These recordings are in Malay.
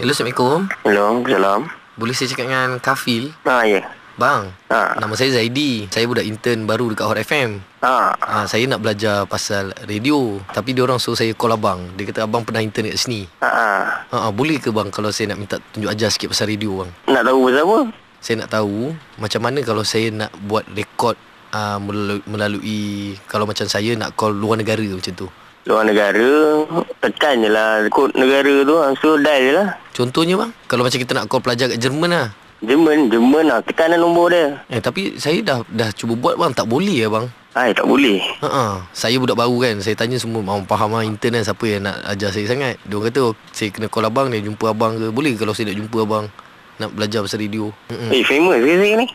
Hello, Assalamualaikum. Hello, salam. Boleh saya cakap dengan Kafil? Ha, ya. Bang, Ha. nama saya Zaidi. Saya budak intern baru dekat Hot FM. Ha. Ah, saya nak belajar pasal radio. Tapi dia orang suruh saya call abang. Dia kata abang pernah intern kat sini. Ha. Ah, ah, boleh ke bang kalau saya nak minta tunjuk ajar sikit pasal radio bang? Nak tahu pasal apa? Saya nak tahu macam mana kalau saya nak buat rekod ah, melalui, melalui kalau macam saya nak call luar negara macam tu. Luar negara, tekan je lah kod negara tu. Ha. So, dial je lah. Contohnya bang, kalau macam kita nak call pelajar kat Jerman lah. Jerman, Jerman lah. Tekanan nombor dia. Eh tapi saya dah dah cuba buat bang, tak boleh ya bang. Hai, tak boleh. Ha uh saya budak baru kan. Saya tanya semua mau faham ah intern kan siapa yang nak ajar saya sangat. Dia orang kata oh, saya kena call abang dia jumpa abang ke. Boleh ke kalau saya nak jumpa abang nak belajar pasal radio. Mm-mm. Eh, famous ke saya ni?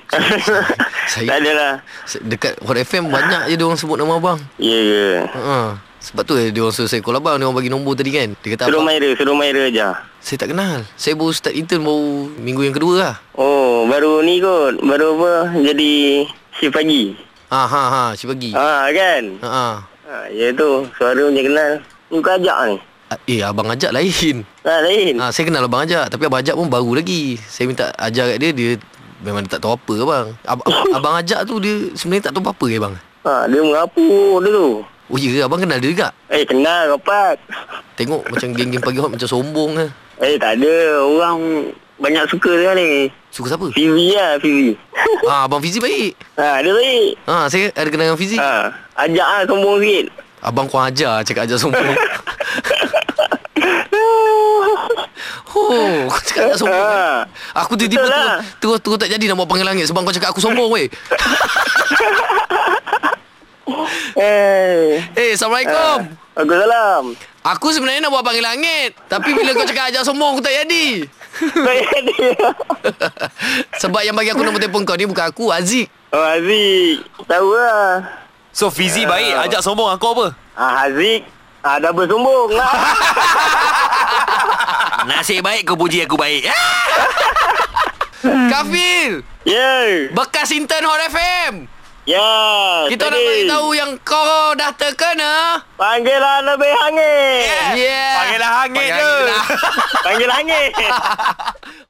Saya- tak adalah. Se- Dekat Hot FM banyak je dia orang sebut nama abang. Ya, yeah, ya. Yeah. Ha uh Sebab tu eh, dia orang suruh saya call abang, dia orang bagi nombor tadi kan. Dia kata Suruh abang, Maira, suruh Maira aja. saya tak kenal. Saya baru start intern baru minggu yang kedua lah. Oh, baru ni kot. Baru apa? Jadi, si pagi. Ha ha ha, si pagi. Ha Ha, kan? ah. Ha, ya tu. Suara macam kenal. Ni kau ajak ni. Ah, Eh abang ajak lain Ha, lain. ha, Saya kenal abang ajak Tapi abang ajak pun baru lagi Saya minta ajar kat dia Dia memang dia tak tahu apa abang Ab- ab- Abang ajak tu dia sebenarnya tak tahu apa-apa ke bang Ha, dia mengapu dia tu. Oh ya ke? abang kenal dia juga Eh, kenal rapat. Tengok macam geng-geng pagi hot macam sombong ke Eh, tak ada. Orang banyak suka dia ni. Suka siapa? Fizi lah, Fizi. Ha, abang Fizi baik ha, dia baik. Ha, saya ada kenal dengan Fizi Ha, ajak lah sombong sikit. Abang kau ajar cakap ajar sombong Oh, kau cakap tak sombong kan? Ha. Aku tiba-tiba Betul terus, lah. terus, terus tak jadi nak buat panggil langit Sebab kau cakap aku sombong weh Eh. Eh, Assalamualaikum Waalaikumsalam. Aku sebenarnya nak buat panggil langit Tapi bila kau cakap ajak sombong Aku tak jadi Baik dia. Sebab yang bagi aku nombor telefon kau ni Bukan aku, Aziz Oh, Aziz. Tahu lah. So Fizi baik Ajak sombong lah. Kau apa? Ha, Aziz. Ha, double sombong lah. Nasib baik kau puji aku baik Kafil yeah. Bekas intern Hot FM Ya, Yeah. Kita nak Jadi, beritahu yang kau dah terkena Panggilan lah lebih hangit. Yeah Panggil lah hangit Panggil je. lah. Panggil hangit.